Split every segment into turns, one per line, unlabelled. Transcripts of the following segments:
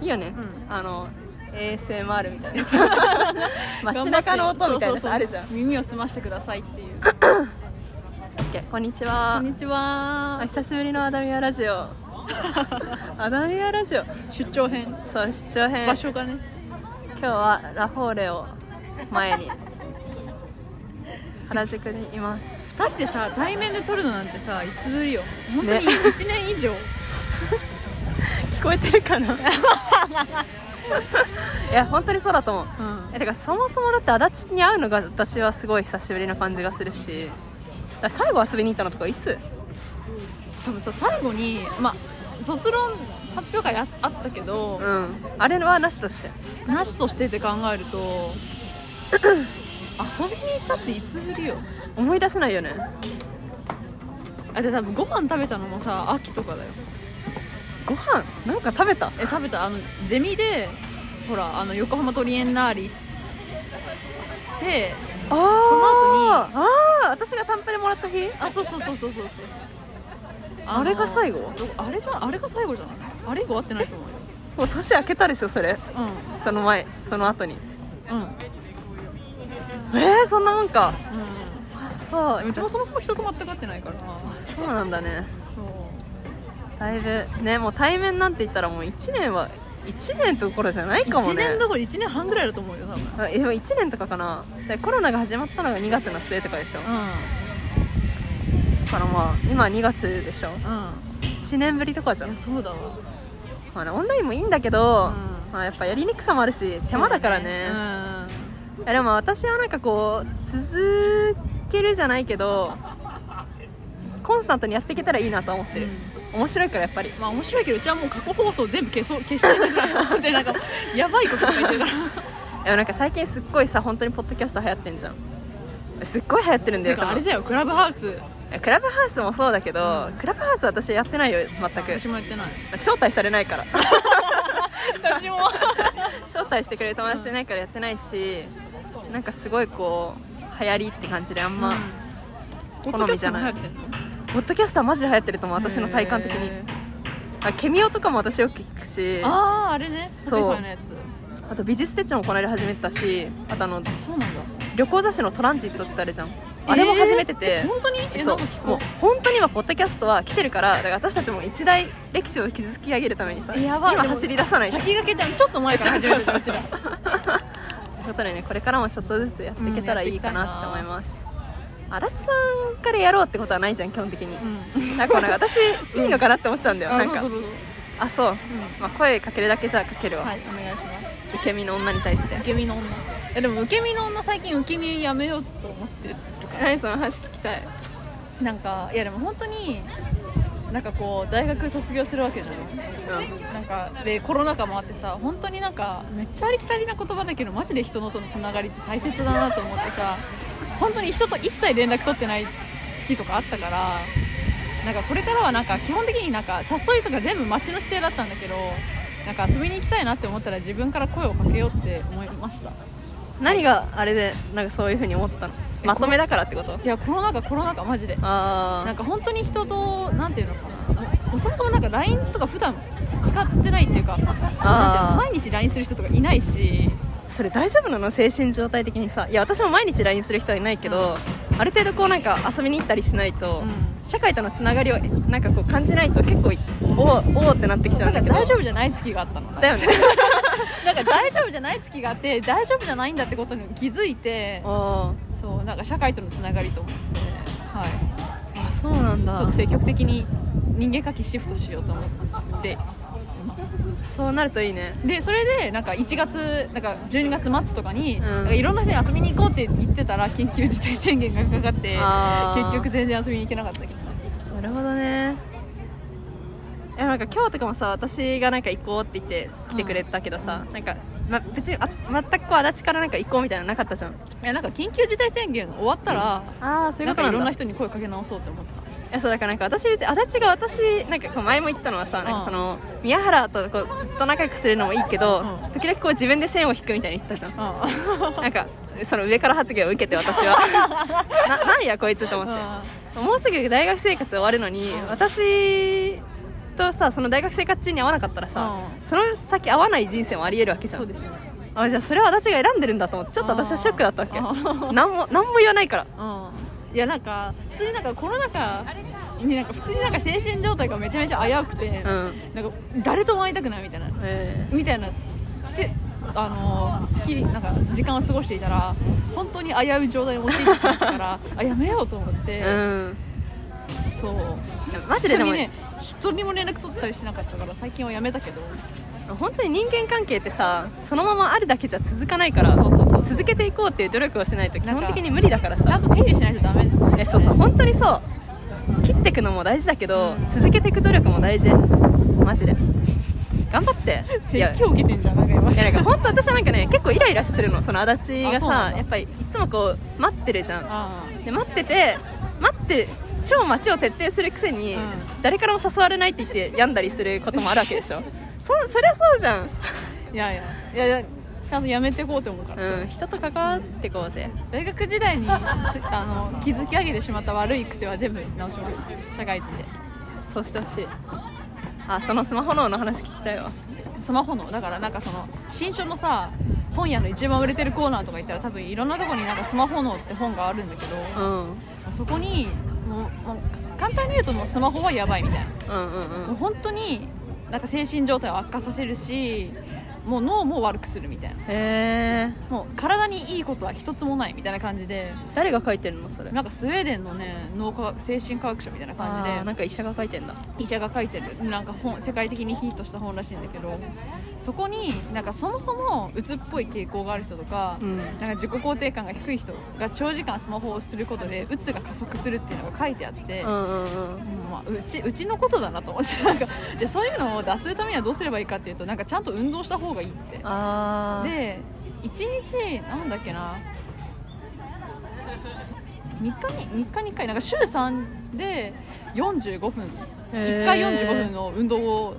いいよね、
う
あの ASMR みたい なやつ街中の音みたいなやつあるじゃん
そうそうそう耳を澄ましてくださいっていう
オッケーこんにち
こ
は
んにちは
あ久しぶりのアダミアラジ オアダミアラジオ
出張編
そう出張編
場所がね
今日はラフォーレを前に原宿にいます
2人でさ対面で撮るのなんてさいつぶりよ本当に
ね
1年 以上、
聞こえてるか ないや本当にそうだと思う
うん
えてかそもそもだって足立に会うのが私はすごい久しぶりな感じがするしだから最後遊びに行ったのとかいつ
多分さ最後にまあ卒論発表会ああったけど
う、んあれはなしとして
なしとしてって考えると 遊びに行ったっていつぶりよ
思い出せないよね
あで多分ご飯食べたのもさ秋とかだよ
ご飯なんか食べた
え食べたあのゼミでほらあの横浜トリエンナーレ行って
あその
後
ああー私がタンプレもらった日
あそうそうそうそうそうそう
あれが最後
どあれじゃあれが最後じゃないあれ以後会ってないと思うよ
もう年明けたでしょそれその前その後に
うんうん
えー、そんなもんか
う
あそ
んうちも
う
そもそも人と全く会ってないから
そうなんだね
そう
だいぶねもう対面なんて言ったらもう1年は1年ところじゃないかも
1
ね
年どころ1年半ぐらいだと思うよ多分
あでも1年とかかなでコロナが始まったのが2月の末とかでしょだからまあ今2月でしょ
うん
1年ぶりとかじゃ
うんい
ん
や、そうだわ
まあね、オンラインもいいんだけど、
うん
まあ、やっぱやりにくさもあるし手間だからねいやでも私はなんかこう続けるじゃないけどコンスタントにやっていけたらいいなとは思ってる、面白いからやっぱり
まあ面白いけどうちはもう過去放送全部消そう消してるぐらいでなんかやばいこと書いて るから
でもなんか最近すっごいさ本当にポッドキャスト流行ってんじゃんすっごい流行ってるんだ
な
よ
んかあれだよクラブハウス
多分クラブハウスもそうだけど、クラブハウス私やってないよ全く
私もやってない
招待されないから
私も
招待してくれる友達いないからやってないしなんかすごいこう流行りって感じであんま、
ポッ
好
ドキャ
み
ス
じゃ
トも
な
流行
い
ってんの
ポッドキャストはマジで流行ってると思う私の体感的に
へ
あケミオとかも私よく聞くし
ー
あ
あああれねスポ
そう
ティファイのやつ
と美術手帳もこの間始めてたしあとあの
そうなんだ
旅行雑誌のトランジットってあるじゃんあれも始めてて、
えー本当にえ
そ
な
うん
か聞
も
こ
う本当に今ポッドキャストは来てるからだから私たちも一大歴史を築き上げるためにさ
えや
今
ばいでも
走り出さな
う
いと
先駆けじゃんちょっと前から始めてた
そうそうそうということでねこれからもちょっとずつやっていけたらいいかなって思います足立さんからやろうってことはないじゃん基本的に、なんかこうなんか私いいのかなって思っちゃうんだよ、
な
なんん
か
か
そうそうそう
あそう、まあ、声かけるだけじゃかけるわ、
はいお願いします
イケメンの女に対して
受け身の女えでも受け身の女最近受け身やめようと思ってるから
何その話聞きたい
なんかいやでも本当になんかこう大学卒業するわけじゃんなんかでコロナ禍もあってさ本当になんかめっちゃありきたりな言葉だけどマジで人のとのつながりって大切だなと思ってさ本当に人と一切連絡取ってない月とかあったからなんかこれからはなんか基本的になんか誘いとか全部街の指定だったんだけどなんか遊びに行きたいなって思ったら自分から声をかけようって思いました
何があれでなんかそういうふうに思ったのまとめだからってこと
いやコロナ禍コロナ禍マジで
あ
な
あ
んか本当に人となんていうのかなあそもそもなんか LINE とか普段使ってないっていうかなんていうの毎日 LINE する人とかいないし
それ大丈夫なの精神状態的にさいや私も毎日 LINE する人はいないけど、ある程度こうなんか遊びに行ったりしないと、
う
社会とのつながりをなんかこう感じないと結構おおおってなってきちゃう
なん
んだ
か
けど
大丈夫じゃない月があったの
だよね
なんか大丈夫じゃない月があって大丈夫じゃないんだってことに気づいて
あ
そうなんか社会とのつながりと思って、はい、
ーあそうなん
ちょっ
だ
と積極的に人間関係シフトしようと思って
そうなるといいね
でそれでなんか1月なんか12月末とかに、
ん
なんかいろんな人に遊びに行こうって言ってたら緊急事態宣言がかかって
あー
結局全然遊びに行けなかったけど
なるほどねいやなんか今日とかもさ私がなんか行こうって言って来てくれたけどさ、なんか、ま、別にあ全くこう足立からなんか行こうみたいなのなかったじゃん
いやなんか緊急事態宣言終わったら、
ああそうい
な
うんこと
か
ないん
ろん
だ
ない人に声かけ直そうって思ってた
やそうだからなんか私別に足立が私なんかこう前も言ったのはさ、なんかその宮原とこうずっと仲良くするのもいいけど、
うん
時々こう自分で線を引くみたいに言ったじゃん
あー
なんかその上から発言を受けて私 はな なんやこいつと思って
あ
もうすぐ大学生活終わるのに私とさその大学生活中に合わなかったらさ、その先合わない人生もありえるわけじゃん
そうですね
あじゃあそれは私が選んでるんだと思ってちょっと私はショックだったわけ
あー
何も何も言わないから
うんいやなんか普通になんかコロナ禍になんか普通になんか精神状態がめちゃめちゃ危うくて、
うん
なんか誰とも会いたくないみたいな
え
みたいな季節あの好きなんか時間を過ごしていたら本当に危うい状態に陥ってしまったから あやめようと思って、
うん
そう
マジで
一
で
緒に
も、
ね一人も連絡取ったりしなかったから最近はやめたけど
本当に人間関係ってさそのままあるだけじゃ続かないから
そうそうそう
続けていこうっていう努力をしないと基
なんか
本的に無理だから
ちゃ
さ
んと手入れしないとダメ
えそうそう本当にそう切っていくのも大事だけど、
うん
続けていく努力も大事マジで頑張 っていや
説教受けてんじゃんなんか今
いやなんか 本当私はなんかね結構イライラするのその足立が
あそうな
さ
んだ
やっぱりいつもこう待ってるじゃん
あ
で待ってて待って超待ちを徹底するくせに、
うん
誰からも誘われないって言って病んだりすることもあるわけで しょそそりゃそうじゃん、
あいやいやいやいやちゃんとやめていこうと思うから、
うん、人と関わってこうぜ
大学時代につ あの築き上げてしまった悪い癖は全部直します社会人で
そうしてほしいあそのスマホ脳の話聞きたいわ
スマホのだからなんかその新書のさ本屋の一番売れてるコーナーとか行ったら多分いろんなとこになんかスマホのって本があるんだけど、
うんうん
そこにもうもう簡単に言うともうスマホはやばいみたいな
うんう
もうん本当になんか精神状態を悪化させるしもう脳も悪くするみたいな
へえ
もう体にいいことは一つもないみたいな感じで
誰が書いてるのそれ
なんかスウェーデンのね脳科学精神科学者みたいな感じ
あ
で
ーなんか医者が書いてんだ
医者が書いてるなんか本世界的にヒットした本らしいんだけどそこになんかそもそも鬱っぽい傾向がある人とか,、
うん
なんか自己肯定感が低い人が長時間スマホをすることで鬱が加速するっていうのが書いてあって、
うんうんうん
うんまあ、うちうちのことだなと思ってなんかでそういうのを出すためにはどうすればいいかっていうとなんかちゃんと運動した方がいいって
あー
で1日なんだっけな3日に3日に1回なんか週3で45分
へー
1回45分の運動を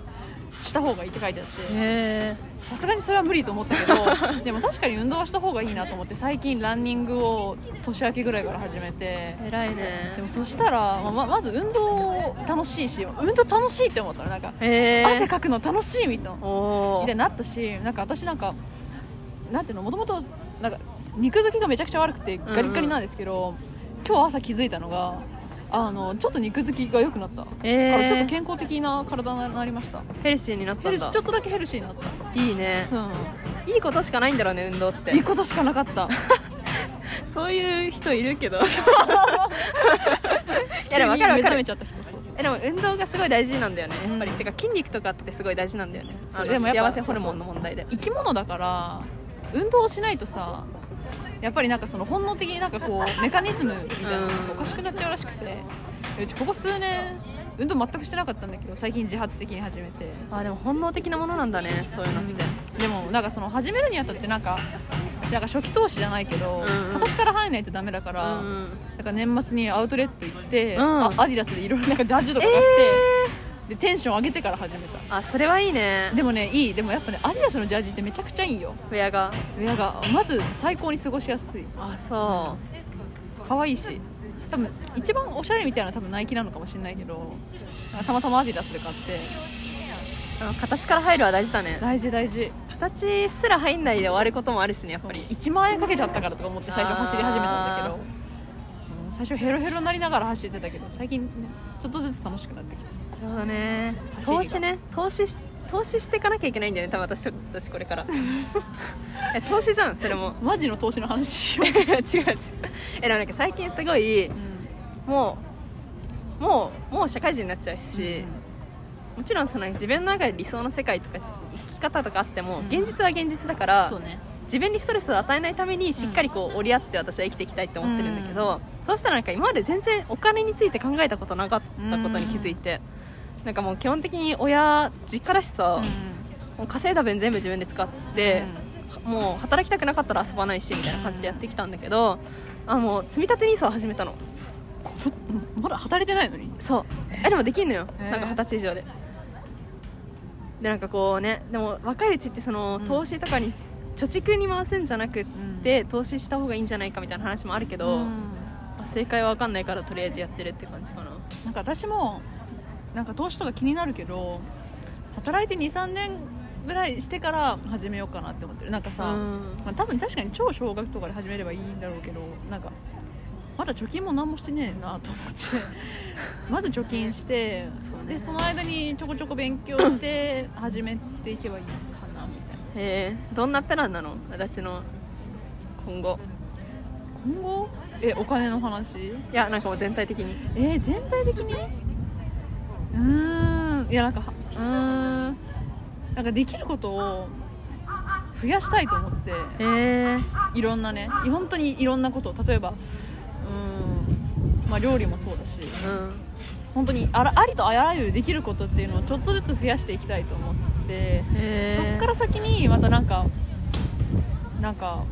した方がいいって書いてあって
へえ
さすがにそれは無理と思ったけど でも確かに運動はした方がいいなと思って最近ランニングを年明けぐらいから始めて
偉い
で
ね
もそしたら、まあままず運動楽しいし運動楽しいって思ったのなんか
へえ
汗かくの楽しいみたいな
お
みたいになったしなんか私なんかなんていうのもともとなんか肉付きがめちゃくちゃ悪くてガリッガリなんですけど、今日朝気づいたのがあのちょっと肉付きが良くなった、
えー
からちょっと健康的な体になりました
ヘルシーになった
ヘ
ん
ルシー
だ
ちょっとだけヘルシーになった、
いいね
う
いいことしかないんだろうね運動っ
ん、いい
て
ことしかなかった
そういう人いるけど いやでも分かる分か
急に目覚め
る
ちゃった人そうそう
えでも運動がすごい大事なんだよねやっぱり、
うん
てか筋肉とかってすごい大事なんだよね
そう
あ
で
の
もやっぱ
幸せホルモンの問題で
生き物だから運動をしないとさやっぱりなんかその本能的になんかこ うメカニズムみたいなのが
うん
おかしくなっちゃうらしくてうちここ数年運動全くしてなかったんだけど最近自発的に始めて
あでも本能的なものなんだねそういうのって、
でもなんかその始めるにあたってなんかなんか初期投資じゃないけ
う
ど、
ん
形から入らないとダメだか
う
ら、
んうん
だから年末にアウトレット行って、
うん
あアディダスでいろいろなんかジャージとか買って、でテンション上げてから始めた
あそれはいいね
でもねいいでもやっぱねアディダスのジャージってめちゃくちゃいいよ
親が
親がまず最高に過ごしやすい
あそ
可愛いし多分一番おしゃれみたいなのは多分ナイキなのかもしれないけどなんかたまたまアディダスで買って
うあの形から入るは大事だね
大事大事
形すら入んないで終わることもあるしねやっぱり
1万円かけちゃったからとか思って最初走り始めたんだけど
あ
うん最初ヘロヘロになりながら走ってたけど最近ねちょっとずつ楽しくなってきた
なるほどね
走りが
投資ね投資し投資していかなきゃいけないんだよね多分私私これから え投資じゃんそれも
マジの投資の話しよ、
違う違う違う えでもなんか最近すごいうもうもうもう社会人になっちゃうし、もちろんその自分の中で理想の世界とか生き方とかあっても
うん
現実は現実だから、
そうね
自分にストレスを与えないためにしっかりこう折り合って私は生きていきたいって思ってるんだけど、そうしたらなんか今まで全然お金について考えたことなかったことに気づいて、なんかもう基本的に親実家だしさ、もう稼いだ分全部自分で使って、もう働きたくなかったら遊ばないしみたいな感じでやってきたんだけど、あもう積み立て NISA を始めたの
こまだ働いてないのに
そうえでもできんのよ、
へー
なんか二十歳以上ででなんかこうねでも若いうちってその
うん
投資とかに、貯蓄に回すんじゃなくって投資した方がいいんじゃないかみたいな話もあるけど、
うん
まあ正解は分かんないからとりあえずやってるって感じかな
なんか私もなんか投資とか気になるけど働いて23年ぐらいしてから始めようかなって思ってるなんかさ、
うん
まあ、多分確かに超少額とかで始めればいいんだろうけどなんかまだ貯金も何もしてねえなと思って まず貯金して
そうね
でその間にちょこちょこ勉強して始めていけばいいかなみたいな
えー、どんなプランなの私の今後
今後えお金の話
いやなんかもう全体的に
えー、全体的にうーんいやなんかはうーんなんかできることを増やしたいと思って
えー、
いろんなね本当にいろんなことを例えばうーんまあ料理もそうだし
うん
本当にあらありとあらゆるできることっていうのをちょっとずつ増やしていきたいと思って、
え
そっ
ー、
から先にまたなんかなんか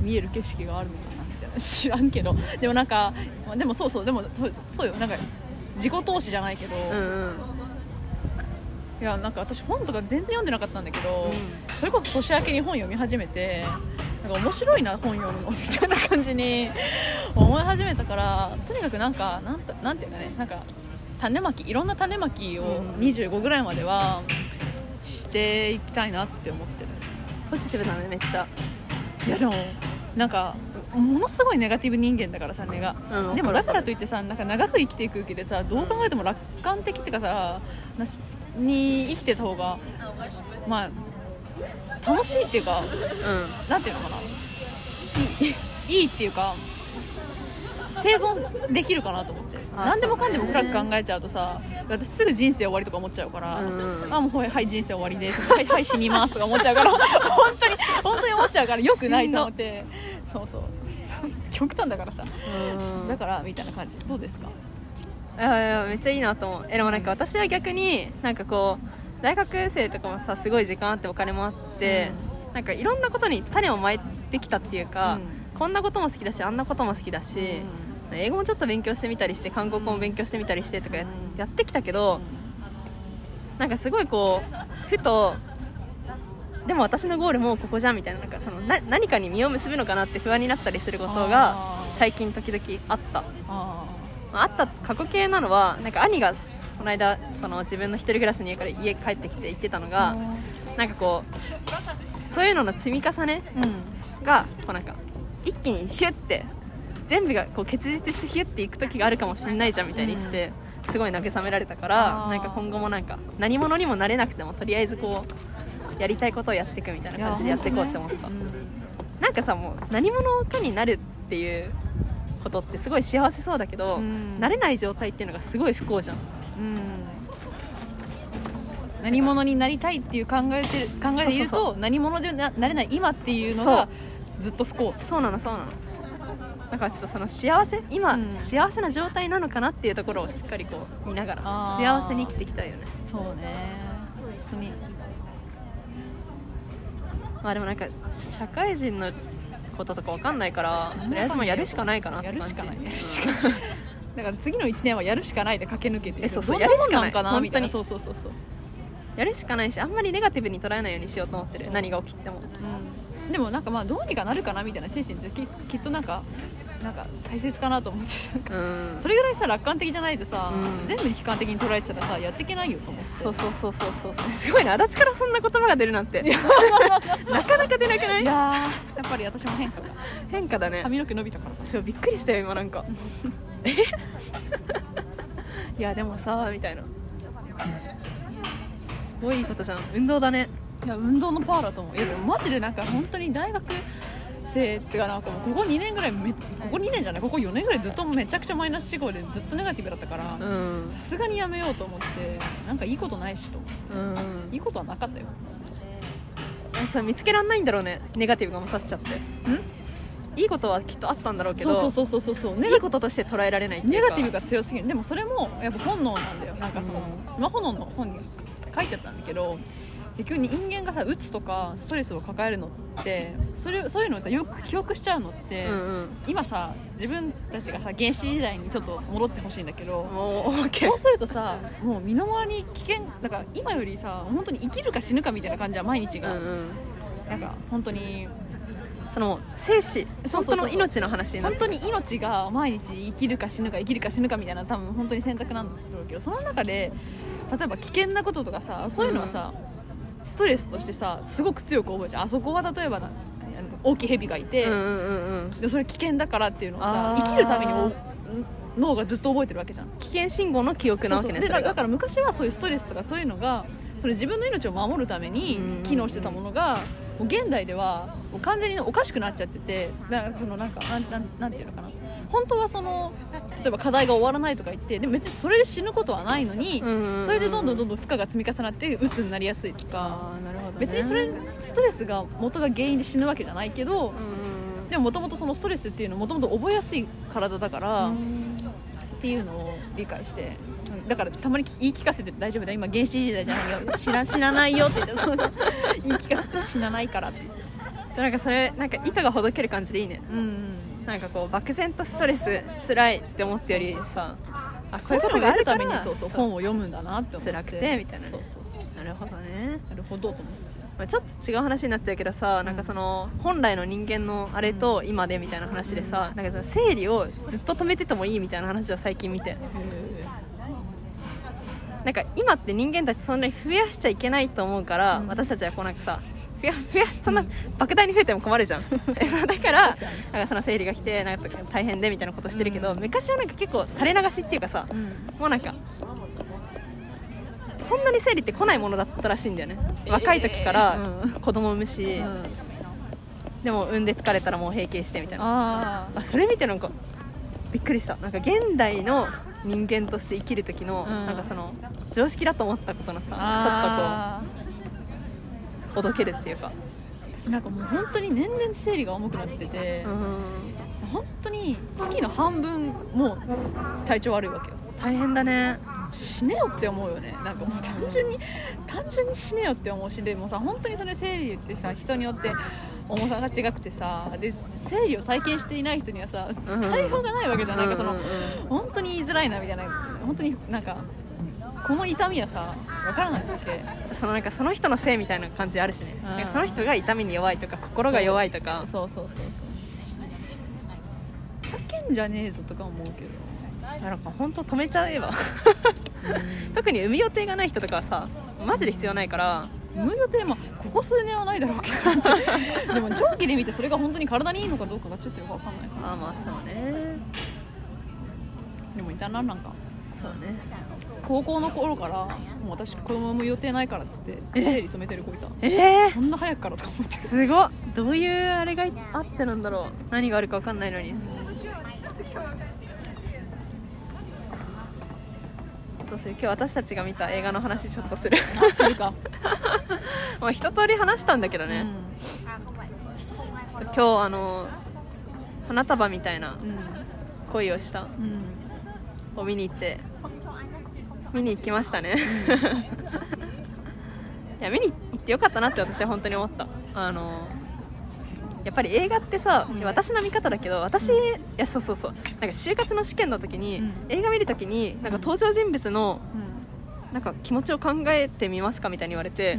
見える景色があるのかなみたいな知らんけど でもなんかでもそうそうでもそうそうよなんか自己投資じゃないけど、
うんうん
いやなんか私本とか全然読んでなかったんだけど、
うん
それこそ年明けに本読み始めてなんか面白いな本読むのみたいな感じに 思い始めたからとにかくなんかなんとなんていうかねなんか種まきいろんな種まきを
うん
25ぐらいまではしていきたいなって思ってる
ポジティブだねめっちゃ
いやでもなんかものすごいネガティブ人間だからさ根が、
うん
でも
わかる
だからといってさなんか長く生きていく上でさどう考えても楽観的っていうかさなしに生きてた方がまあ楽しいっていうか
う
なんていうのかないい いいっていうか生存できるかなと思って
あ
何でもかんでも
そうね
暗く考えちゃうとさ私すぐ人生終わりとか思っちゃうから、
うんうん
あもうはいはい人生終わりですはいはい死にますとか思っちゃうから 本当に本当に思っちゃうからよくないと思ってそうそう極端だからさ
ん
だからみたいな感じどうですか
いやいやめっちゃいいなと思うえでもなんか私は逆になんかこう大学生とかもさすごい時間あってお金もあって、なんかいろんなことに種をまいてきたっていうか、
う
こんなことも好きだしあんなことも好きだし、英語もちょっと勉強してみたりして韓国語も勉強してみたりしてとかや,、
うん
ってきたけどなんかすごいこうふとでも私のゴールもうここじゃんみたいななんかそのな何かに実を結ぶのかなって不安になったりすることが
あー
最近時々あった。
あ
まああった過去形なのはなんか兄がこの間その自分の一人暮らしの家から家帰ってきて言ってたの
あ
がなんかこうそういうのの積み重ね
うん
がこうなんか一気にヒュッて全部がこう結実してヒュッていく時があるかもしれないじゃんみたいに言ってて、すごい慰められたから
あー
なんか今後もなんか何者にもなれなくてもとりあえずこうやりたいことをやっていくみたいな感じでやっていこうって思った、
うん
なんかさもう何者かになるっていうことってすごい幸せそうだけど、
うん
なれない状態っていうのがすごい不幸じゃん
うん何者になりたいっていう考えてる考えでいると
そうそ
何者でななれない今っていうのがずっと不幸
そうなのそうなのだからちょっとその幸せ今、
うん
幸せな状態なのかなっていうところをしっかりこう見ながら
あー
幸せに生きていきたいよね
そうね本当に
まあでもなんか社会人のこととかわかんないからとりあえずもうやるしかないかなって
や
感じ
るしかないやるしかないだから次の1年はやるしかないで駆け抜けて
えそうそう
どんなもんなんか
や
な
るし
み
か
た
な
い
い
なそうそうそうそう、
やるしかないしあんまりネガティブに捉えないようにしようと思ってる
そう
何が起きても
うん、でもなんかまあどうにかなるかなみたいな精神ってききっとなんかなんか大切かなと思ってなんか
うん
それぐらいさ楽観的じゃないとさ、
うん
全部に悲観的に捉えてたらさやっていけないよと思って
そうそうそうそうそうそうすごいね足立からそんな言葉が出るなん てなかなか出なくない
いやーやっぱり私も変化が
変化だね
髪の毛伸びたから
そうびっくりしたよ今なんかえ いやでもさみた いなすごいいいことじゃん運動だね
いや運動のパワーだと思ういやでもマジでなんか本当に大学生ってかなんかもうここ2年ぐらいめここ2年じゃないここ4年ぐらいずっとめちゃくちゃマイナス思考でずっとネガティブだったから
う
さ
ん
すがにやめようと思ってなんかいいことないしと思って
うん
いいことはなかったよ
それ見つけらんないんだろうねネガティブが勝っちゃっていいことはきっとあったんだろうけ
そ
ど
うそうそうそうそうそうネ
い
ガ
いこととして捉えられないってい
ネ
うか
ガティブが強すぎるでもそれもやっぱ本能なんだよなんかそのスマホの本に書いてあったんだけど結局人間がさ鬱とかストレスを抱えるのってそれそういうのってよく記憶しちゃうのって、
うん
今さ自分たちがさ原始時代にちょっと戻ってほしいんだけど
うんもう OK
そうするとさもう身の回りに危険なんか今よりさ本当に生きるか死ぬかみたいな感じは毎日
う
が、
んうん
なんか本当に
その生死
そう
本
そうそう
当の命の話になっ
本
て
当に命が毎日生きるか死ぬか生きるか死ぬかみたいな多分本当に選択なんだろうけどその中で例えば危険なこととかさそういうのはさ、ストレスとしてさすごく強く覚えちゃうあそこは例えばなあの大きい蛇がいて、
うんうんうんうん
でそれ危険だからっていうのを
あ
さ
ー
生きるためにお脳がずっと覚えてるわけじゃん
危険信号の記憶なわけね
そうそうで
それ
だ
が
から昔はそういうストレスとかそういうのがそれ自分の命を守るために機能してたものがもう現代ではもう完全におかしくなっちゃっててなんかそのなんかなんなんなんていうのかな本当はその例えば課題が終わらないとか言ってでも別にそれで死ぬことはないのに
うんうんうん
それでどんどんどんどん負荷が積み重なって鬱になりやすいとか
あーなるほどね
別にそれストレスが元が原因で死ぬわけじゃないけど
うんうん
でももともとそのストレスっていうのはもともと覚えやすい体だから。っていうのを理解してうんだからたまに言い聞かせてて大丈夫だよ今原始時代じゃないよ死な死なないよって言ってそうそう言い聞かせて死なないからって言って
でなんかそれなんか糸がほどける感じでいいね
うん
なんかこう漠然とストレス辛いって思ったよりさあこ
そうう
い
いうう
こが
こととが
あ
あ
る
る
か
た
ら
めにそうそう本を読むんだなって思って
辛くてみたいなね
そうそうそう
なるほどね、
なるほどと思っ
まあ、ちょっと違う話になっちゃうけどさ、
ん
なんかその本来の人間のあれと今でみたいな話でさ、なんかその生理をずっと止めててもいいみたいな話を最近見て
て
なんか今って人間たちそんなに増やしちゃいけないと思うから、
うん
私たちはこうなんかさ増や増やそんな莫大に増えても困るじゃんえそう だからなん
確かに
かその生理が来てなんか大変でみたいなことしてるけど、
うん
昔はなんか結構垂れ流しっていうかさ、
うん
もうなんかそんなに生理って来ないものだったらしいんだよね
えー
若い時から
うん
子供産むし、
うん
でも産んで疲れたらもう閉経してみたいな
あ
あそれ見てなんかびっくりしたなんか現代の人間として生きる時の、
うん
なんかその常識だと思ったことのさ
あちょ
ちょっとこ
っとこ
うほどけるっていうか
う私なんかもう本当に年々生理が重くなってて、本当に月の半分もう体調悪いわけよ
大変だね
死ねよって思うよねなんかもう単純に単純に死ねよって思うしでもさ本当にそれ生理ってさ人によって重さが違くてさで生理を体験していない人にはさ
うん
伝えようがないわけじゃん、なんかその、
うんうんう
本当に言いづらいなみたいな本当になんかこの痛みはさわからないわけ
そのなんかその人のせいみたいな感じあるしね、
ん
なんかその人が痛みに弱いとか心が弱いとか
そうそうそうそうふざけんじゃねえぞとか思うけど
なんか本当止めちゃえば 特に産む予定がない人とかはさマジで必要ないから
無予定もここ数年はないだろうけ どでも長期で見てそれが本当に体にいいのかどうかがちょっとよくわかんない
あまあそうね
でもいたななんか
そうね
高校の頃からもう私子供産む予定ないからっつって
え
生理止めてる子いた
えー
そんな早くからとか思って
すごっどういうあれがあってなんだろう何があるか分かんないのにどうする今日私たちが見た映画の話ちょっとする
あするか、
まあ一通り話したんだけど
うん
ね、ちょっと今日あの花束みたいな
うん
恋をした
うん
を見に行って見に行きました ねいや見に行ってよかったなって私は本当に思ったあのやっぱり映画ってさ、
うん
私の見方だけど私、
う
いやそうそうそうなんか就活の試験の時に、
うん
映画見る時になんか登場人物のなんか気持ちを考えてみますかみたいに言われて、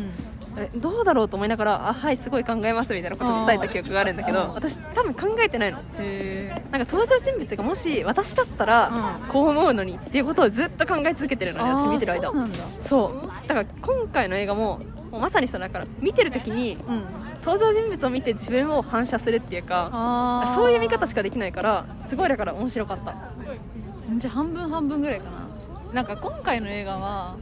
えどうだろうと思いながらあはいすごい考えますみたいなことを答えた記憶があるんだけ
あ
ど
ー
私多分考えてないの
へえ
なんか登場人物がもし私だったら
うん
こう思うのにっていうことをずっと考え続けてるのね私見てる間
そうなんだ
そうだから今回の映画ももうまさにそのだから見てる時に
うん
登場人物を見て自分を反射するっていうか
あ
そういう見方し
か
かできないからすごいだから面白かった
じゃあ半分半分ぐらいかななんか今回の映画は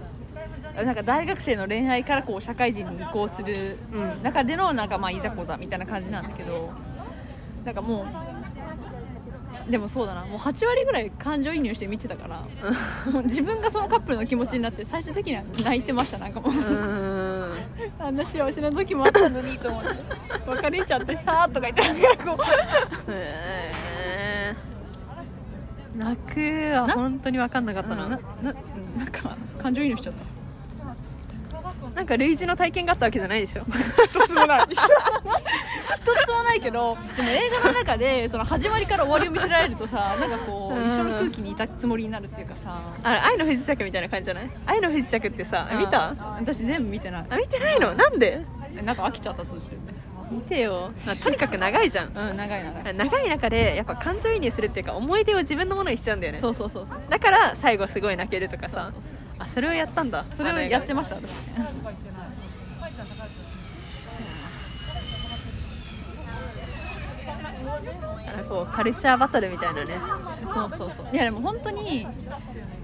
なんか大学生の恋愛からこう社会人に移行する
うん
中でのなんかまあいざこざみたいな感じなんだけどなんかもうでもそうだなもう8割ぐらい感情移入して見てたからもう自分がそのカップルの気持ちになって最終的には泣いてましたなんかもう
うーん
あんな幸せな時もあったのにと思って別れちゃってさーとか言ってなんかこ
へー泣くは本当に分かんなかっ
う
たな、
ななうんなんか感情移入しちゃった
なんか類似の体験があったわけじゃないでしょ
一つもない一つもないけどでも映画の中でその始まりから終わりを見せられるとさなんかこ
うん
う一緒の空気にいたつもりになるっていうかさ
あれ愛の不時着みたいな感じじゃない愛の不時着ってさ見た
私全部見てない
あ見てないのなんで
えなんか飽きちゃった途中で
見てよ、まあとにかく長いじゃん
うん長い長い
長い中でやっぱ感情移入するっていうか思い出を自分のものにしちゃうんだよね
そうそうそうそう
だから最後すごい泣けるとかさ
そうそう
あそれをやったんだ
それをやってました私
あのこうカルチャーバトルみたいなね
そうそうそういやでも本当に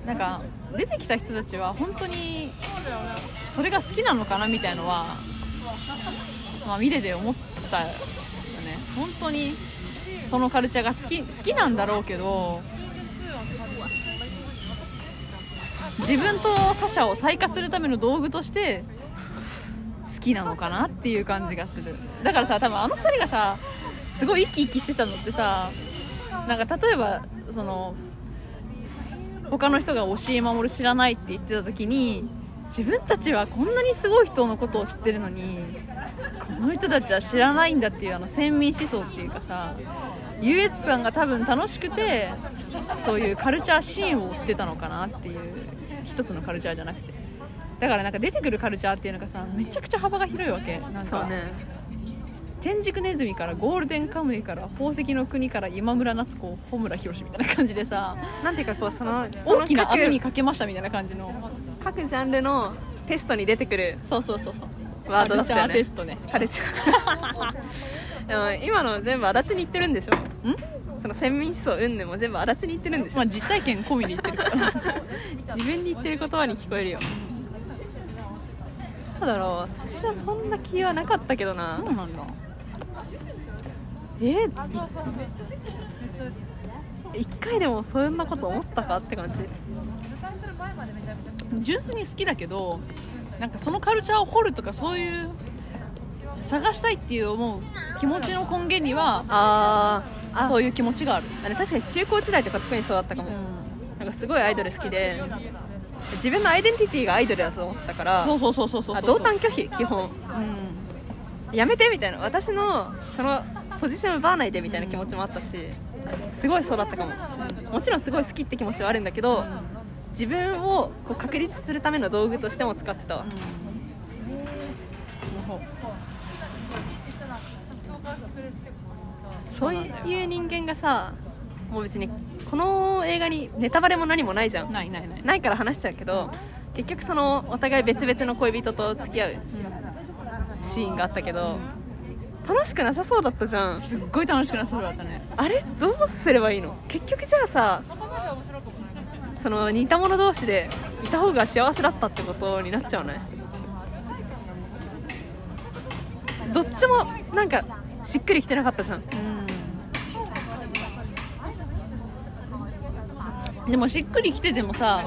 なんか出てきた人たちは本当にそれが好きなのかなみたいのは、まあ、見てて思ったよね本当にそのカルチャーが好き好きなんだろうけど自分と他者を最化するための道具として好きなのかなっていう感じがするだからさ多分あの2人がさすごい生き生きしてたのってさなんか例えばその他の人が教え守る知らないって言ってた時に自分たちはこんなにすごい人のことを知ってるのにこの人たちは知らないんだっていうあの先民思想っていうかさ優越感が多分楽しくてそういうカルチャーシーンを追ってたのかなっていう一つのカルチャーじゃなくてだからなんか出てくるカルチャーっていうのがさめちゃくちゃ幅が広いわけなん
そう
か
ね
天竺ネズミからゴールデンカムイから宝石の国から今村夏子穂村博みたいな感じでさ
なんていうかこうそのその
大きな
各
網にかけましたみたいな感じの
各ジャンルのテストに出てくる
そうそうそうそう
ワードだっ
カル
た
チャ
よ
ーテ
ね
ストね
カルチャーでも今の全部足立に行ってるんでしょその先民思想うんぬんも全部足立に行ってるんでしょ
まあ実体験込みで言ってるから
自分に言ってる言葉に聞こえるよどうだろう私はそんな気はなかったけどな、
そうなんだ
えい一回でもそんなこと思ったかって感じ
純粋に好きだけどなんかそのカルチャーを掘るとかそういう探したいっていう思う気持ちの根源には
あーあ
そういう気持ちがある、
あれ確かに中高時代とか特にそうだったかも、なんかすごいアイドル好きで自分のアイデンティティがアイドルだと思ってたから
そうそうそうそうそう
あ同担拒否基本
うん
やめてみたいな私のそのポジションを奪わないでみたいな気持ちもあったしすごいそうだったかももちろんすごい好きって気持ちはあるんだけど自分をこう確立するための道具としても使ってたわそういう人間がさもう別にこの映画にネタバレも何もないじゃん
ないないない、
ないから話しちゃうけど結局そのお互い別々の恋人と付き合うシーンがあったけど楽しくなさそうだったじゃん
すっごい楽しくなさそうだったね
あれどうすればいいの結局じゃあさその似た者同士でいた方が幸せだったってことになっちゃうねどっちもなんかしっくりきてなかったじゃん
でもしっくりきててもさ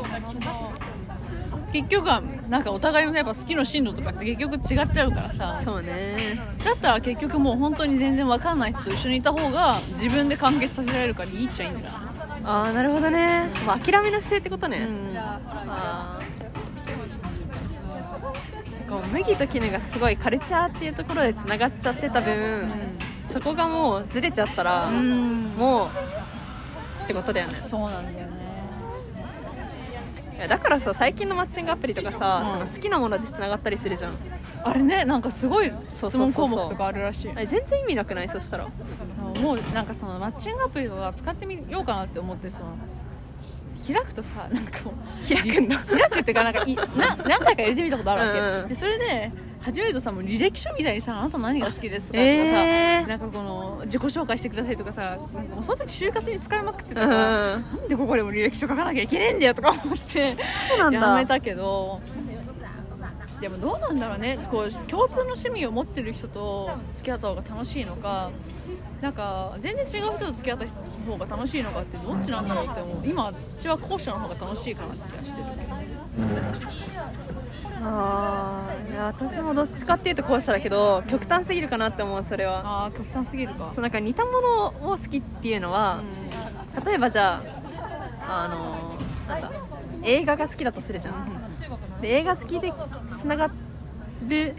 結局はなんかお互いのやっぱ好きの進路とかって結局違っちゃうからさ
そうね
だったら結局もう本当に全然わかんない人と一緒にいた方が自分で完結させられるからいいっちゃいいんだ
ああなるほどね、まあ、諦めの姿勢ってことね、
うん
あーこう麦と絹がすごいカルチャーっていうところでつながっちゃってた分、そこがもうずれちゃったら、
うん
もうってことだよね
そうなんだよね
いやだからさ最近のマッチングアプリとかさ、
う
その
ん
好きなものでつながったりするじゃん
あれねなんかすごい質問
そうそうそう
項
そう
目とかあるらしい
あれ全然意味なくないそしたら
もうなんかそのマッチングアプリとか使ってみようかなって思ってその開くとさなんかもう
開くんだ
開くっていうかなんかいな何回か入れてみたことあるわけ、
うん
でそれで初めてとさもう履歴書みたいにさあなた何が好きですかとかさ、
えー
なんかこの自己紹介してくださいとかさなんかもうその時就活に疲れまくってた
う
か
ん
ら、なんでここでも履歴書書かなきゃいけねえんだよとか思って
そうなんだ
やめたけどでもどうなんだろうねこう共通の趣味を持ってる人と付き合った方が楽しいのかなんか全然違う人と付き合った人の方が楽しいのかってどっちなんだろうって思う今うちは後者の方が楽しいかなって気がしてる
あーいや私もどっちかっていうと後者だけど極端すぎるかなって思うそれは
ああ極端すぎるか
そうなんか似たものを好きっていうのは、例えばじゃああのーなんだ映画が好きだとするじゃんで映画好きでつながる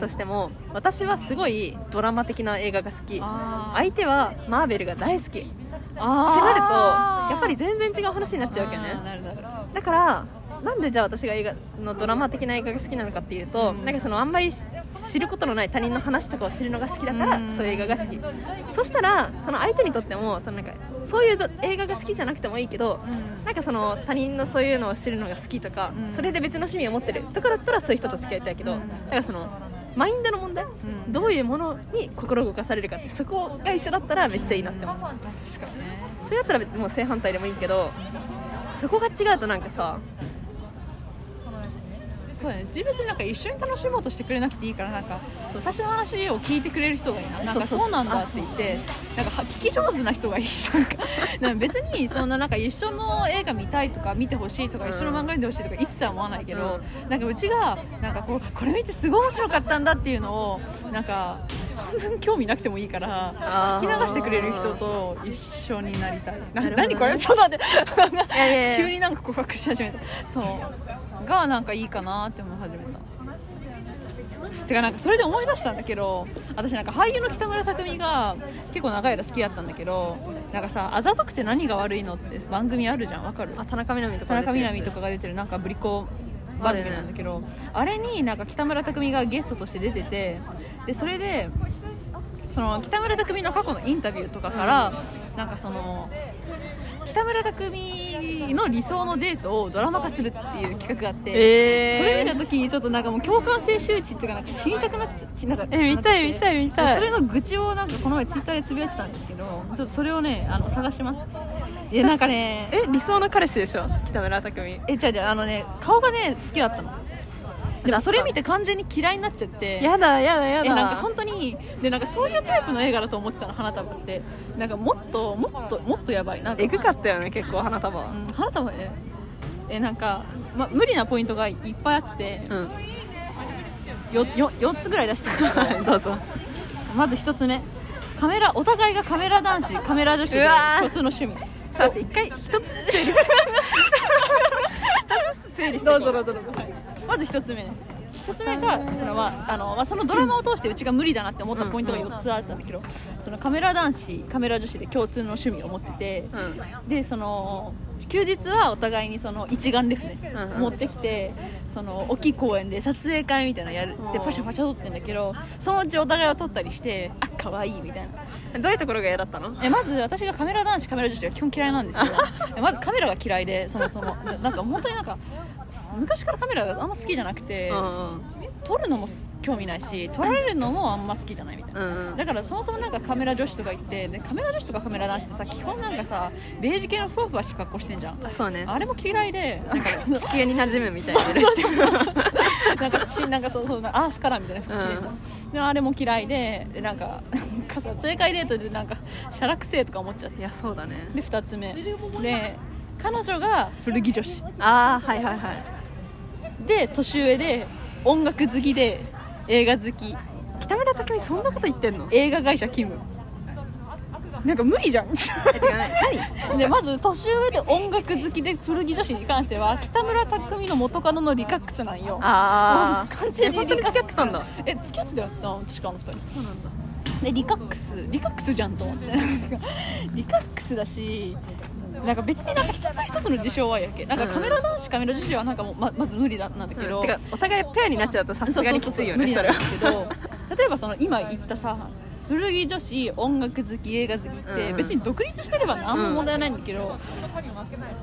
としても、私はすごいドラマ的な映画が好き
あー
相手はマーベルが大好きってなると
あ
やっぱり全然違う話になっちゃうわけよね
なるなる
だからなんでじゃあ私が映画のドラマ的な映画が好きなのかっていうと、
うん
なんかそのあんまりし知ることのない他人の話とかを知るのが好きだから、
うん
そういう映画が好きそしたらその相手にとってもそのなんかそういうど映画が好きじゃなくてもいいけど、なんかその他人のそういうのを知るのが好きとか、
うん
それで別の趣味を持ってるとかだったらそういう人と付き合いたいけど、
うん
なんかそのマインドの問題、
ん
どういうものに心動かされるかってそこが一緒だったらめっちゃいいなって思う、
確かにね
それだったら別にもう正反対でもいいけどそこが違うとなんかさ
そうだね別になんか一緒に楽しもうとしてくれなくていいからなんか
そう
私の話を聞いてくれる人がいいななんか
そう
そ
そうそう
うなんだって言ってなんかは聞き上手な人がいいしなんかなんか別にそんななんか一緒の映画見たいとか見てほしいとか、
うん
一緒の漫画読んでほしいとか一切思わないけど、なんかうちがなんかこうこれ見てすごい面白かったんだっていうのをなんか本当に興味なくてもいいから
あ
聞き
ー
流してくれる人と一緒になりたいな
なるほどね
何これちょっと待って
いやいやいや
急になんか告白し始めたそうがなんかいいかなって思い始めたてかなんかそれで思い出したんだけど私なんか俳優の北村匠海が結構長い間好きだったんだけどなんかさ「あざとくて何が悪いの?」って番組あるじゃんわかる
あ田中みな実とか
田中みな実と
か
かが出てるなんかぶりっ子番組なんだけどあれになんか北村匠海がゲストとして出ててでそれでその北村匠海の過去のインタビューとかから、なんかその北村匠海の理想のデートをドラマ化するっていう企画があって、
えー
それ見た時にちょっとなんかもう共感性周知っていうかなんか死にたくなっちゃちなんか
え見たい
なっちゃ
見た
って
い見たい
それの愚痴をなんかこの前ツイッターでつぶやいてたんですけどちょっとそれをねあの探しますえなんかね
え理想の彼氏でしょ北村匠海
えじゃじゃあのね顔がね好きだったのでもそれ見て完全に嫌いになっちゃって
やだやだやだ
えなんか本当にでなんかそういうタイプの映画だと思ってたの花束ってなんかもっともっともっとやばいなんか
えぐかったよね結構花束
う
は
ん、花束ねえなんか、ま、無理なポイントがいっぱいあって
うん
よよ4つぐらい出してるんだけ ど
どうぞ
まず1つ目カメラお互いがカメラ男子カメラ女子で
うわー
共通の趣味
ちょっと待って一回一つずつ整 理して一つずつ整理して
どうぞどうぞどうぞ、まず一つ目ね一つ目がその,、まあ、あのまあそのドラマを通してうちが無理だなって思ったポイントが4つあったんだけど、そのカメラ男子カメラ女子で共通の趣味を持ってて、
うん
でその休日はお互いにその一眼レフね、
うんうん
持ってきてその大きい公園で撮影会みたいなのやるでパシャパシャ撮ってんだけどそのうちお互いを撮ったりしてあ可愛いみたいな
どういうところが嫌だったの
えまず私がカメラ男子カメラ女子が基本嫌いなん ですよえまずカメラが嫌いでそもそもななんか本当になんか昔からカメラがあんま好きじゃなくて、
うん
撮るのも興味ないし撮られるのもあんま好きじゃないみたいな、
うん
だからそもそもなんかカメラ女子とか行ってでカメラ女子とかカメラ男子ってさ基本なんかさベージュ系のふわふわした格好してんじゃん
あそうね
あれも嫌いでなんか
地球に馴染むみたいな色 してる
なんかちなんかそうそうなんかアースカラーみたいな服着てると、であれも嫌いででなんかなんか撮影会デートでなんかシャラくせえとか思っちゃって
いやそうだね
で2つ目で彼女が古着女子
ああはいはいはい
で年上で音楽好きで映画好き
北村匠海そんなこと言ってんの
映画会社勤務なんか無理じゃん
えてか何
でまず年上で音楽好きで古着女子に関しては北村匠海の元カノのリカックスなんよ
ああ
完全に
本当に付き合ってたんだ
え付き合ってたよあ確かあの2人
そうなんだ
でリカックスリカックスじゃんと思ってリカックスだしなんか別になんか一つ一つの事象はやけなんかカメラ男子カメラ女子はなんかもうままず無理だなんだけど、
てかお互いペアになっちゃうとさすがにきついよね
無理
そ
な
れ
んだ
は
けど例えばその今言ったさ古着女子音楽好き映画好きっ
うんう
て
ん
別に独立してれば何も問題ないんだけど、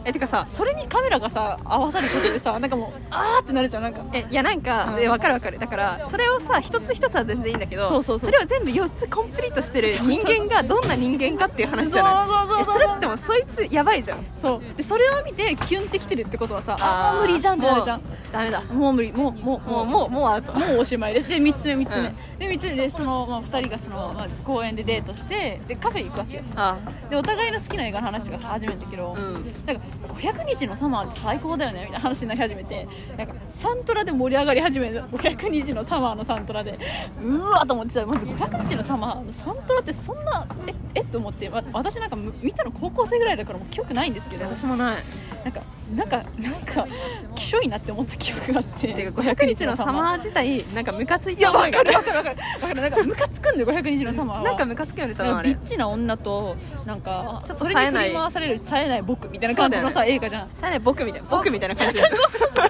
えてかさ
それにカメラがさ合わさることでさなんかもうあーってなるじゃんなんか
えいやなんか
うん
えわかるわかるだからそれをさ一つ一つは全然いいんだけど
そうそうそう
れを全部4つコンプリートしてる人間がどんな人間かっていう話じゃない
そうそうそう
え
そう
それってもうそいつやばいじゃん
そうでそれを見てキュンってきてるってことはさあーもう無理じゃんってなるじゃん
もうダメだ
もう無理もうもう
もうもうもうアウト
もうおしまいですで3つ目3つ目、
うん
で3つ目でその、まあ、2人がその、まあ、公園でデートしてでカフェ行くわけよ
あ
でお互いの好きな映画の話が始めるんだけど、
うん
なんか500日のサマーって最高だよねみたいな話になり始めてなんかサントラで盛り上がり始める500日のサマーのサントラでうわーと思ってたまず500日のサマーのサントラってそんなええっと思ってわ私なんかむ見たの高校生ぐらいだからもう記憶ないんですけど
私もない
なんかなんかなんかきしょいなって思った記憶があって
てか500日のサマー自体なんかムカついて
いやわかるわかるわかる わかるなんかムカつくんだよ500日のサマーは
なんかムカつくよね多
な
分
んか
あ
ビ
れ
ッチな女となんか
ちょっと
それ
冴え
に振
ない
り回される冴えない僕みたいな感じの
そう
さ、映画じゃん
さね僕みたいな僕みたいな感 じ
そうそうそう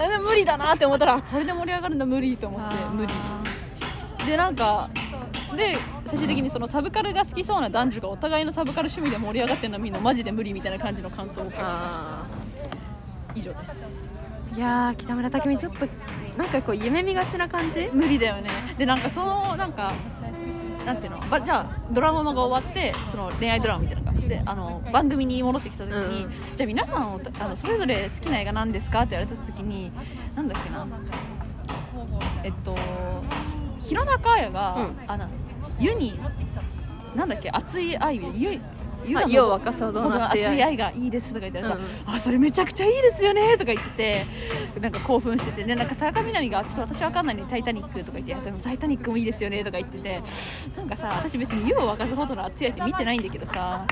なんで無理だなって思ったらこれで盛り上がるんだ無理と思って無理でなんかで最終的にそのサブカルが好きそうな男女がお互いのサブカル趣味で盛り上がってるの見るのマジで無理みたいな感じの感想を書いて
あ
ました以上です
ーいやー北村匠海ちょっとなんかこう夢見がちな感じ
無理だよねでなんかそのなんかなんていうのばじゃあドラマが終わってその恋愛ドラマみたいなのがであの番組に戻ってきた時に、
うん
じゃあ皆さんをあのそれぞれ好きな映画何ですかって言われた時になんだっけなえっと弘中綾が、
うん
あな湯になんだっけ熱い愛湯湯が
あ湯を沸かすほどの熱
熱
い
い
愛
愛がいいですとか言ったらさ、
う
あそれめちゃくちゃいいですよねとか言っててなんか興奮しててでなんか田中みな実がちょっと私わかんないんでタイタニックとか言っていやでもタイタニックもいいですよねとか言っててなんかさ私別に湯を沸かすほどの熱い愛って見てないんだけどさ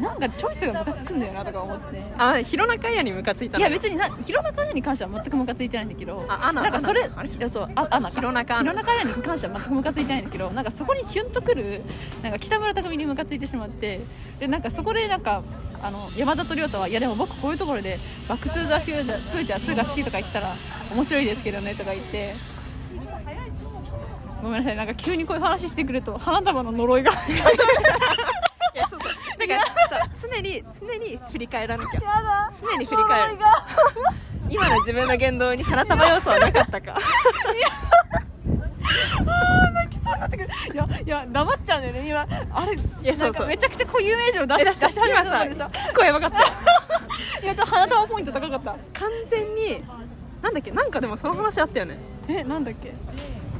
なんかチョイスがムカつくんだよなとか思って。
あ弘中綾にムカついた
い
の
や別にな弘中綾に関しては全くムカついてないんだけど
あアナ
なんかそ
ア
れ
ナあれ
いやそうあアナか
弘中アナ
弘中綾に関しては全くムカついてないんだけどなんかそこにキュンとくるなんか北村匠海にムカついてしまってでなんかそこでなんかあの山里亮太はいやでも僕こういうところで「バック・トゥ・ザ・フューチャーフューチャー2」が好きとか言ったら面白いですけどねとか言ってごめんなさいなんか急にこういう話してくると花束の呪いが
いやそうそうだからさ常に常に振り返らなきゃ常に振り返る 今の自分の言動に花束要素はなかった か
泣きそうになってくるいやいや黙っちゃうんだよね今あれい
やそうそう
めちゃくちゃ固有名詞を出し
え
出
だ
し
し
始め
今
た
さ
のでさ
結構やばかった
いやちょっと花束ポイント高かった
完全になんだっけなんかでもその話あったよね
えなんだっけ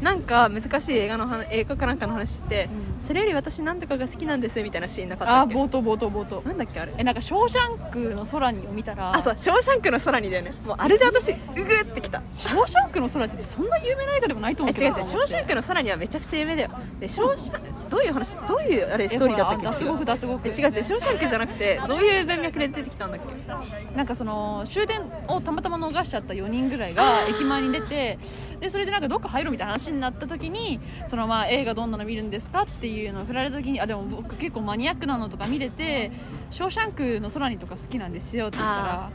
なんか難しい映画の話映画かなんかの話して、
うん
それより私なんとかが好きなんですみたいなシーンなかった
あ
っけ
冒頭冒頭冒頭
なんだっけあれ
えなんか「ショーシャンクの空に」を見たら
あそう「ショーシャンクの空に」だよねもうあれで私うぐってきた
ショーシャンクの空ってそんな有名な映画でもないと
え
思うけど
違う違う「ショーシャンクの空に」はめちゃくちゃ有名だよで「ショーシャンク」どういう話どういうあれストーリーだったっけ
えほら脱獄脱獄
え違う違う「ショーシャンク」じゃなくてどういう文脈で出てきたんだっけ
なんかその終電をたまたま逃しちゃった4人ぐらいが駅前に出てでそれでなんかどっか入ろうみたいな話になった時にそのまあ映画どんなの見るんですかっていうのを振られた時にあでも僕結構マニアックなのとか見れて「ショーシャンクの空に」とか好きなんですよって言ったら
あ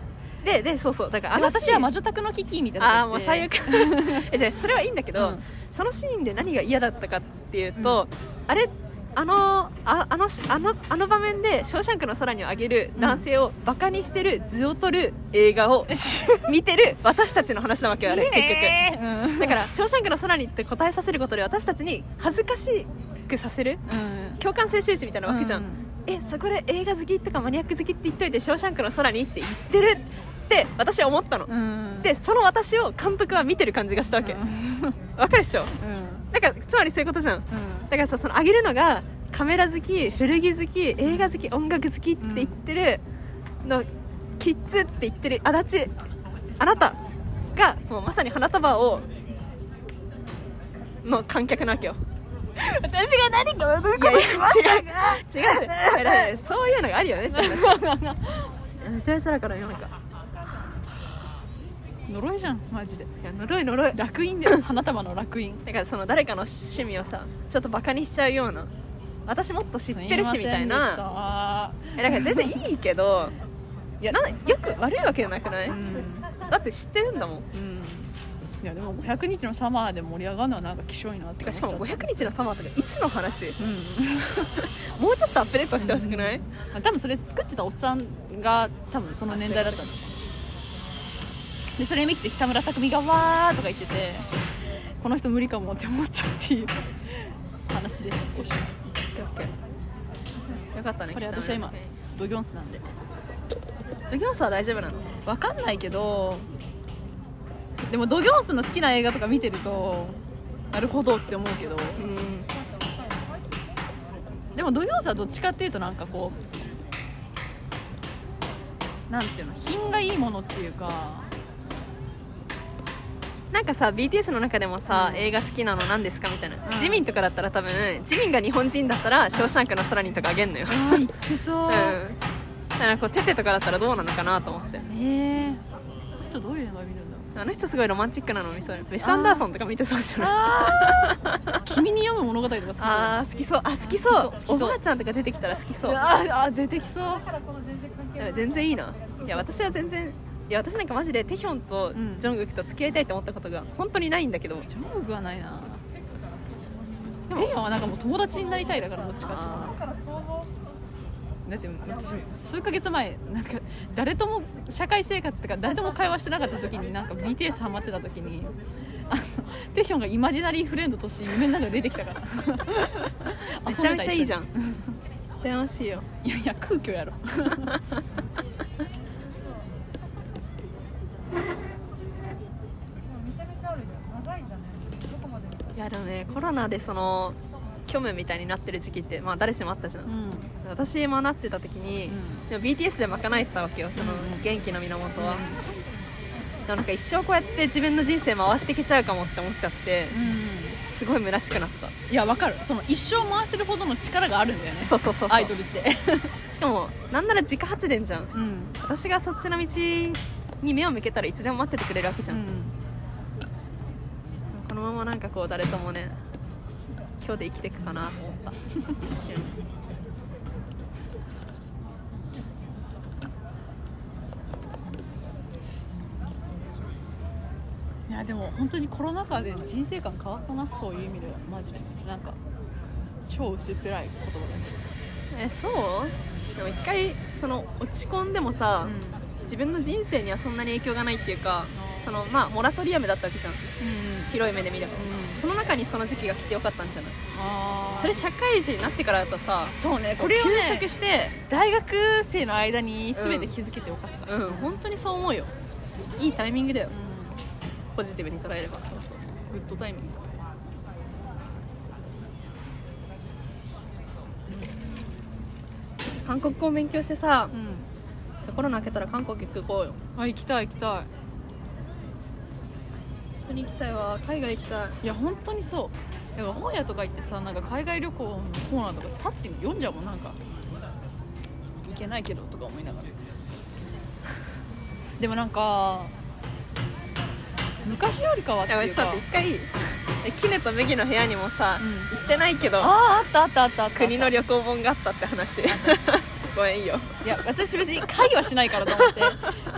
ででそうそうだから
あ
あのシ
私
ー
は
ン
魔女宅の危機みたいな
ああーもう最 悪えじゃあそれはいいんだけど、
うん
そのシーンで何が嫌だったかっていうと、あれあのああのしあのあの場面で「ショーシャンクの空に」を上げる男性をバカにしてる図を撮る映画 を見てる私たちの話なわけよあれ結局
結局
だから「ショーシャンクの空に」って答えさせることで私たちに恥ずかしくさせる
うん
共感性周知みたいなわけじゃん、
うん
えそこで映画好きとかマニアック好きって言っといて「ショーシャンクの空に」って言ってるって私は思ったの、
うん
でその私を監督は見てる感じがしたわけ
う
わ、
ん
かるでしょ
うん
だからつまりそういうことじゃんだ
うん
からさその上げるのがカメラ好き古着好き映画好き音楽好きって言ってるのキッズって言ってる足立あなたがもうまさに花束をの観客なわけよ
私が何か悪い
いやいや違う違う違うだからそういうのがあるよね って話めちゃめちゃだから世の中
呪いじゃんマジで
いや呪い呪い
楽園だよ花束の楽園
だからその誰かの趣味をさちょっとバカにしちゃうような私もっと知ってるしみたいな
な
えだから全然いいけど
いや
なよく悪いわけじゃなくない、
うん
だって知ってるんだもん
うんいやでも500日のサマーで盛り上がるのはなんかきしょいなって
てか
思
し
っちゃ
か
っ
も
た
500日のサマーとかいつの話
う
もうちょっとアップデートしてほしくない、
ん多分それ作ってたおっさんが多分その年代だったんだでそれ見て北村匠海がわーとか言っててこの人無理かもって思ったっていう話でしたおしまい
よかったね
これ私は今ドギョンスなんで
ドギョンスは大丈夫なの
わかんないけどでもドギョンスの好きな映画とか見てるとなるほどって思うけど
うん
でもドギョンスはどっちかっていうとなんかこうなんていうの品がいいものっていうか
なんかさ BTS の中でもさ、
うん
映画好きなの何ですかみたいな、
うん
ジミンとかだったら多分ジミンが日本人だったら「ショーシャンクの空に」とかあげんのよ、
ああ言ってそううん
なんかこうテテとかだったらどうなのかなと思って
えー、この人どういう映画見るんだろう
あの人すごいロマンチックなの見そうウェス・アンダーソンとか見てそうじゃない
あー君に読む物語とか好きそうだ
あ
ね
ー好きそうあ好きそう
好きそう好きそう
おばあちゃんとか出てきたら好きそう
あーあー出てきそう
いや全然いいないや私は全然いや私なんかマジでテヒョンと
うん
ジョングクと付き合いたいと思ったことが本当にないんだけど、
ジョングクはないなでもレイヤはなんかもう友達になりたいだからどっちかっていうと
あ
だって私数ヶ月前なんか誰とも社会生活とか誰とも会話してなかった時になんか BTS ハマってた時にあのテションがイマジナリーフレンドとして夢の中で出てきたから
ー めちゃめちゃいいじゃ
ん
ん羨ま しいよ
いやいや空虚やろ
いやでもねコロナでその虚無みたいになってる時期って、まあ、誰しもあったじゃん、
うんうん
私もなってた時に、でも BTS で賄えてたわけよその
うんうん
元気の源は、なんか一生こうやって自分の人生回していけちゃうかもって思っちゃって
うん
すごい虚しくなった
いやわかるその一生回せるほどの力があるんだよね
そうそうそうそ
ア
う
イドルって、
しかもなんなら自家発電じゃん
うん
私がそっちの道に目を向けたらいつでも待っててくれるわけじゃん、このままなんかこう誰ともね今日で生きていくかなと思った一瞬
いやでも本当にコロナ禍で人生観変わったなそういう意味ではマジでなんか超薄っぺらい言葉
えそうでも一回その落ち込んでもさ
だ、ね
自分の人生にはそんなに影響がないっていうか
ー
そのまあモラトリアムだったわけじゃん
うんうん
広い目で見ればその中にその時期が来てよかったんじゃない
あー
それ社会人になってからだとさ
そうねこ
こ
れ
れ
を
を
ね
給食して
大学生の間に全て気づけてよかった、
うん本当にそう思うよいいタイミングだよ
うん
ポジティブに捉えれば
そうそうグッドタイミング
韓国語を勉強してさ
うん
ちょっとコロナ明けたら韓国行こうよ
あ行きたい行きた
本当に行きたいわ海外行きたい
いいや本当にそうでも本屋とか行ってさなんか海外旅行のコーナーとか立って読んじゃうもんなんか行けないけどとか思いながら でもなんか昔よりかはって
やばい
い
ちょ
う
っと
か
待って一回えキネとメギの部屋にもさ、
う
行ってないけど
あああったあったあったあった
国の旅行本があったって話 ごめんよ
いや私別に会話しないからと思って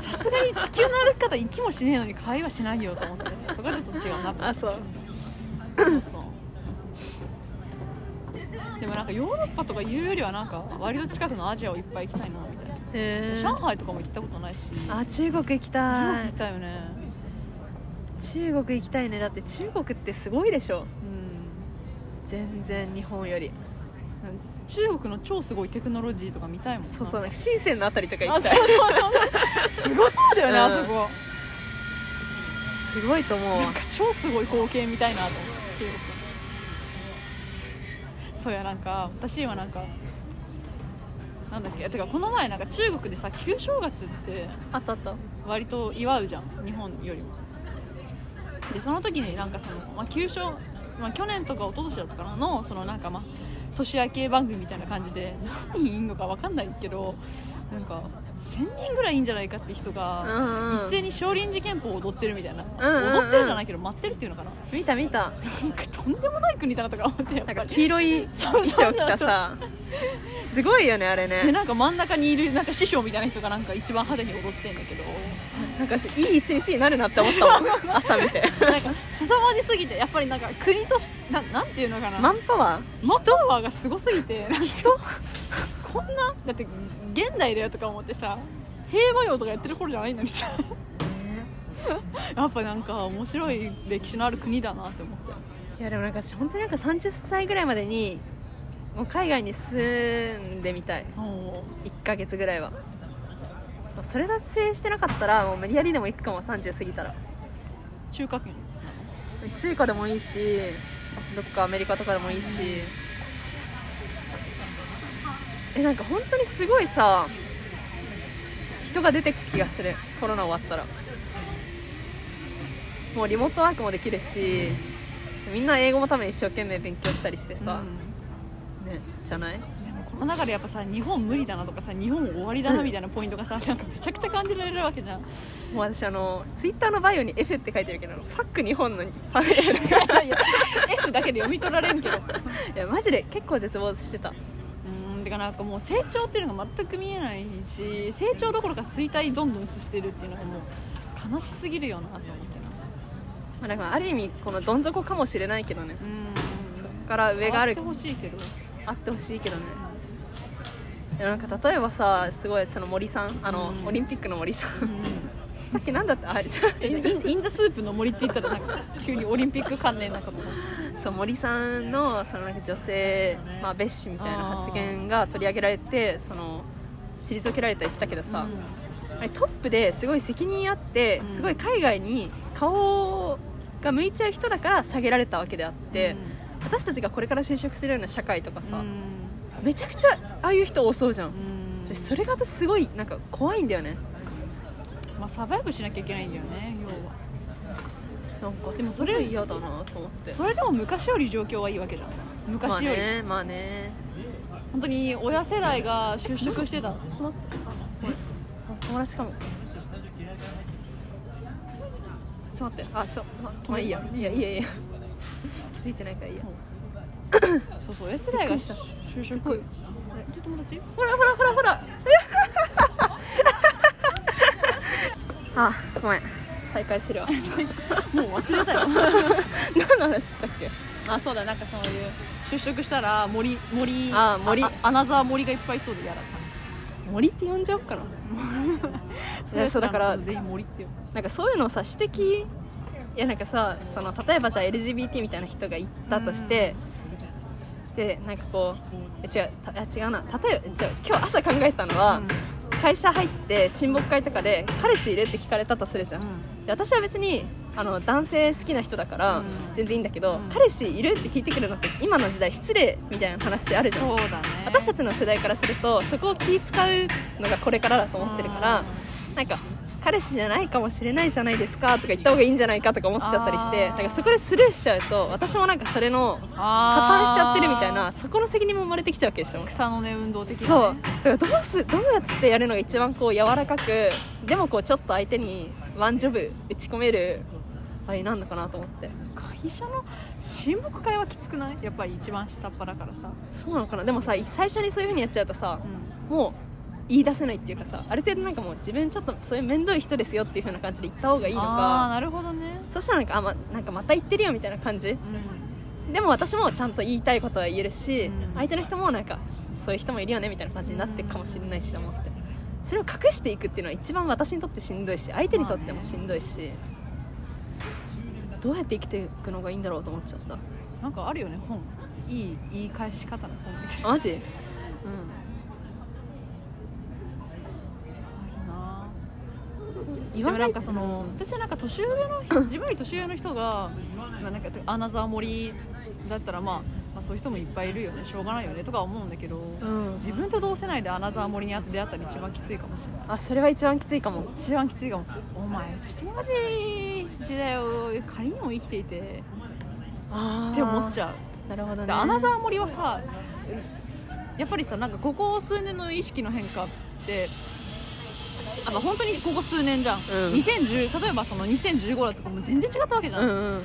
さすがに地球の歩き方行きもしねえのに会話しないよと思ってそこはちょっと違うなと思
あ
って
そう
そうそうでもなんかヨーロッパとかいうよりはなんか割と近くのアジアをいっぱい行きたいなみたいな、
へえ
上海とかも行ったことないし
あ中国行き
中
た
国行
い
きたいよね
中国行きたいねだって中国ってすごいでしょ
うん
全然日本より
中国の超すごいテクノロジーとか見たいもんな
そうそうなんか深センのあたりとか行
あ
き
そ
たいう
そうそう すごそうだよね、
うん
あそこ
すごいと思うわ
なんか超すごい光景みたいなと思って中国そうやなんか私今なんかなんだっけてかこの前なんか中国でさ旧正月って
あったあった
割と祝うじゃん日本よりもでその時になんかその、まあ、旧正、まあ、去年とか一昨年だったかなのそのなんかまあ年明け番組みたいな感じで何人いんのか分かんないけどなんか1000人ぐらいいんじゃないかって人が
うん、うん
一、斉に少林寺拳法を踊ってるみたいな、
うんうんうん
踊ってるじゃないけど待ってるっていうのかな
見た見た
なんかとんでもない国だなとか思ってやっ
なん
ぱ
か
り
黄色い衣装着たさすごいよねあれ
で
ね
なんか真ん中にいるなんか師匠みたいな人がなんか一番派手に踊ってんだけど
なんかいい一日になるなって思ったも ん朝見て
なんか凄まじすぎてやっぱりなんか国としななんていうのかな
マンパワ
マッパワーがすごすぎてなんか
ー人
こんなだって現代だよとか思ってさ平和よとかやってる頃じゃないのにさやっぱなんか面白い歴史のある国だなって思って
いやでもなんか私本当になんか30歳ぐらいまでにもう海外に住んでみたい
も
1ヶ月ぐらいはそれ達成してなかったらもう無理やりでも行くかも30過ぎたら
う中華圏
中華でもいいしどっかアメリカとかでもいいしえなんか本当にすごいさ人が出てく気がするコロナ終わったらもうリモートワークもできるしみんな英語のために一生懸命勉強したりしてさ、
うん
ねじゃない
でもコまあだからやっぱさ日本無理だなとかさ日本終わりだなみたいなポイントがさ、なんかめちゃくちゃ感じられるわけ じゃん
もう私あのツイッターのバイオに F って書いてるけどファック日本のファ
いやいや F だけで読み取られんけどう
いやマジで結構絶望してた
ーんてかなんかもう成長っていうのが全く見えないし成長どころか衰退どんどんしてるっていうのがもう悲しすぎるよなと思ってな
まあ、だからある意味このどん底かもしれないけどね
うーん
そっから上がある
変わってほしいけど
あってほしいけどねいやなんか例えばさすごいその森さんあの、
うん
オリンピックの森さ
うんん
さっきなんだってあれじゃ
インインザスープの森って言ったらなんか急にオリンピック関連なんかも
そう森さんのそのなんか女性、まあ、蔑視みたいな発言が取り上げられてその退けられたりしたけどさ、あれトップですごい責任あって、
うん
すごい海外に顔が向いちゃう人だから下げられたわけであって、私たちがこれから就職するような社会とか
さ
さ、めちゃくちゃああいう人多そうじゃん、でそれが私すごいなんか怖いんだよね
まあサバイブしなきゃいけないんだよね要は
なんか
でも
すご
それ
い嫌だなと思って
それでも昔より状況はいいわけじゃん昔より、
まあねまあね
本当に親世代が就職してた
しまったあ友達かもちょっと待ってあちょままあいいやいやいやいや気づいてないからいいや
そうそう親世代が
びっくりした
就職え友達
ほらほらほらほら あごめん再開する わ
もう忘れたよ
何の話したっけ
あそうだなんかそういう就職したら森森
あ森
アナザー森がいっぱいいそうで嫌だった
森って呼んじゃおうかない
や
そうだから
全員森ってよ
なんかそういうのをさ指摘いやなんかさその例えばじゃあ LGBT みたいな人が言ったとして、でなんかこうえ違うたあ違うな例えばじゃあ今日朝考えたのは、
うん
会社入って親睦会とかで彼氏いるって聞かれたとするじゃん、で私は別にあの男性好きな人だから
うん
全然いいんだけど、
うん
彼氏いるって聞いてくるのって今の時代失礼みたいな話あるじゃん
そうだね
私たちの世代からするとそこを気使うのがこれからだと思ってるから、なんか彼氏じゃないかもしれないじゃないですかとか言った方がいいんじゃないかとか思っちゃったりして
あー
だからそこでスルーしちゃうと私もなんかそれの加担しちゃってるみたいなそこの責任も生まれてきちゃうわけでしょ
草の根運動的
そうだからどうすどうやってやるのが一番こう柔らかくでもこうちょっと相手にワンジョブ打ち込めるあれなんのかなと思って
会社の親睦会はきつくないやっぱり一番下っ端だからさ、
そうなのかなでもさ最初にそういうふうにやっちゃうとさもう言い出せないっていうかさある程度なんかもう自分ちょっとそういう面倒い人ですよっていう風な感じで言った方がいいの
ああ
か
なるほどね
そしたらなんかあ、ま、なんかまた言ってるよみたいな感じ
うん
でも私もちゃんと言いたいことは言えるし、
うん
相手の人もなんかそういう人もいるよねみたいな感じになっていくかもしれないしと思ってそれを隠していくっていうのは一番私にとってしんどいし相手にとってもしんどいし、どうやって生きていくのがいいんだろうと思っちゃった
なんかあるよね本いい言い返し方の本みたいな
あマジ
うんあるなで
言
も
わな
ないんかその私はなんか年上の人自分より年上の人が、まあ、なんかアナザー森だったら、まあ、まあそういう人もいっぱいいるよねしょうがないよねとか思うんだけど、
うん
自分と同世代でアナザー森に出会ったら一番きついかもしれない
あそれは一番きついかも
一番きついかもお前うち友達時代を仮にも生きていて
あ
って思っ
ゃ
ちゃう
うなるほどね
でアナザー森はさやっぱりさなんかここ数年の意識の変化ってあまあ本当にここ数年じゃん、
ん
2010例えばその2015だとかもう全然違ったわけじゃん、
うんうん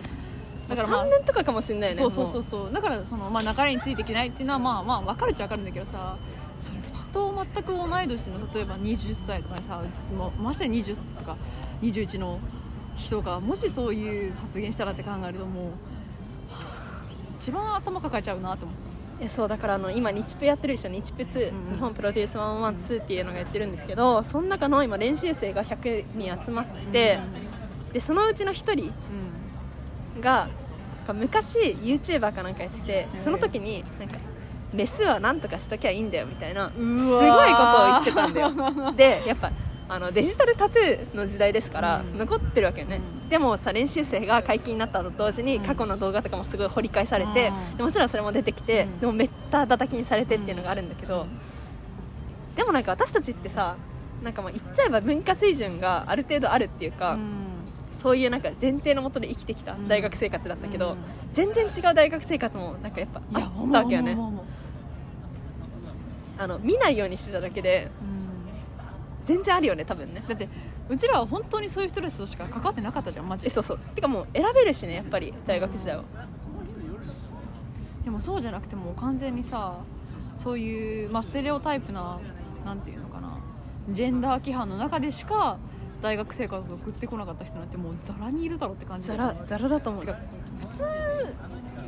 だ
だ
か
からら、
まあ
3年とかかもしれないよね
そうそうそう
う
そうだからその、まあ、流れについていけないっていうのはまあまあ分かるっちゃ分かるんだけどさそれうちと全く同い年の例えば20歳とかにさもうまして20とか21の人がもしそういう発言したらって考えるともう、はあ一番頭抱えちゃうなと思って。
いやそうだからあの今日プやってるでしょ日プ2、
うんうん
日本プロデュース112っていうのがやってるんですけどその中の今練習生が100人集まって、でそのうちの1人
うんうん
がなんか昔 YouTuber かなんかやってて
うん
その時になんかメスはなんとかしときゃいいんだよみたいなすごいうことを言
わ
っ
ー
てたんだ よでやっぱあのデジタルタトゥーの時代ですから、
うん
残ってるわけよね、
うん
でもさ練習生が解禁になったと同時に
うん
過去の動画とかもすごい掘り返されて、
うん
でもちろんそれも出てきて、
うん
でもめった叩きにされてっていうのがあるんだけど、でもなんか私たちってさなんかまあ言っちゃえば文化水準がある程度あるっていうか、そういうなんか前提のもとで生きてきた
うん
大学生活だったけど、
うん
全然違う大学生活もなんかやっぱ
い
あ
や
っ
思う
たわけよね
思う思う思う
あの見ないようにしてただけで全然あるよね多分ね
だってうちらは本当にそういう人たちとしか関わってなかったじゃんマジ
えそうそうてかもう選べるしねやっぱり大学時代は
でもそうじゃなくてもう完全にさそういう、まあ、ステレオタイプななんていうのかなジェンダー規範の中でしか大学生活を送ってこなかった人なんてもうザラにいるだろうって感じだ
ザ
よ
ラ
ね
ザラだと思う
てか普通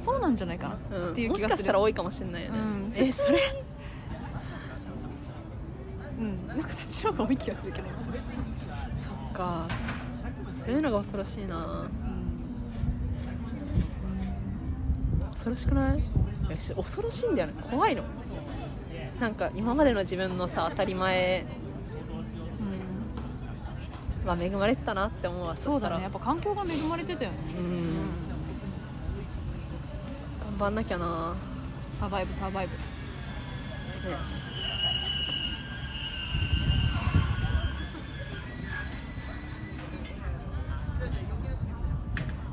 そうなんじゃないかな、
うん
っていう
も
気
し
が
か
す
し
る
たら多いかもしれないよね、
うん
えそれ
うんなんかそっちの方が多い気がするけど、
そっかそういうのが恐ろしいな恐ろしくないいやし恐ろしいんだよね怖いのなんか今までの自分のさ当たり前
うん
は恵まれてたなって思うわ
そう
した
だ
ら
ねやっぱ環境が恵まれてたよね、
うん頑張んなきゃな、ね、
サバイブサバイブ
ま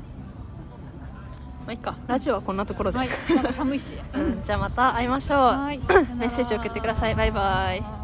あいいかラジオはこんなところで、
はいなんか寒いし
うん、じゃあまた会いましょう
はい
メッセージ送ってくださいバイバイ
はい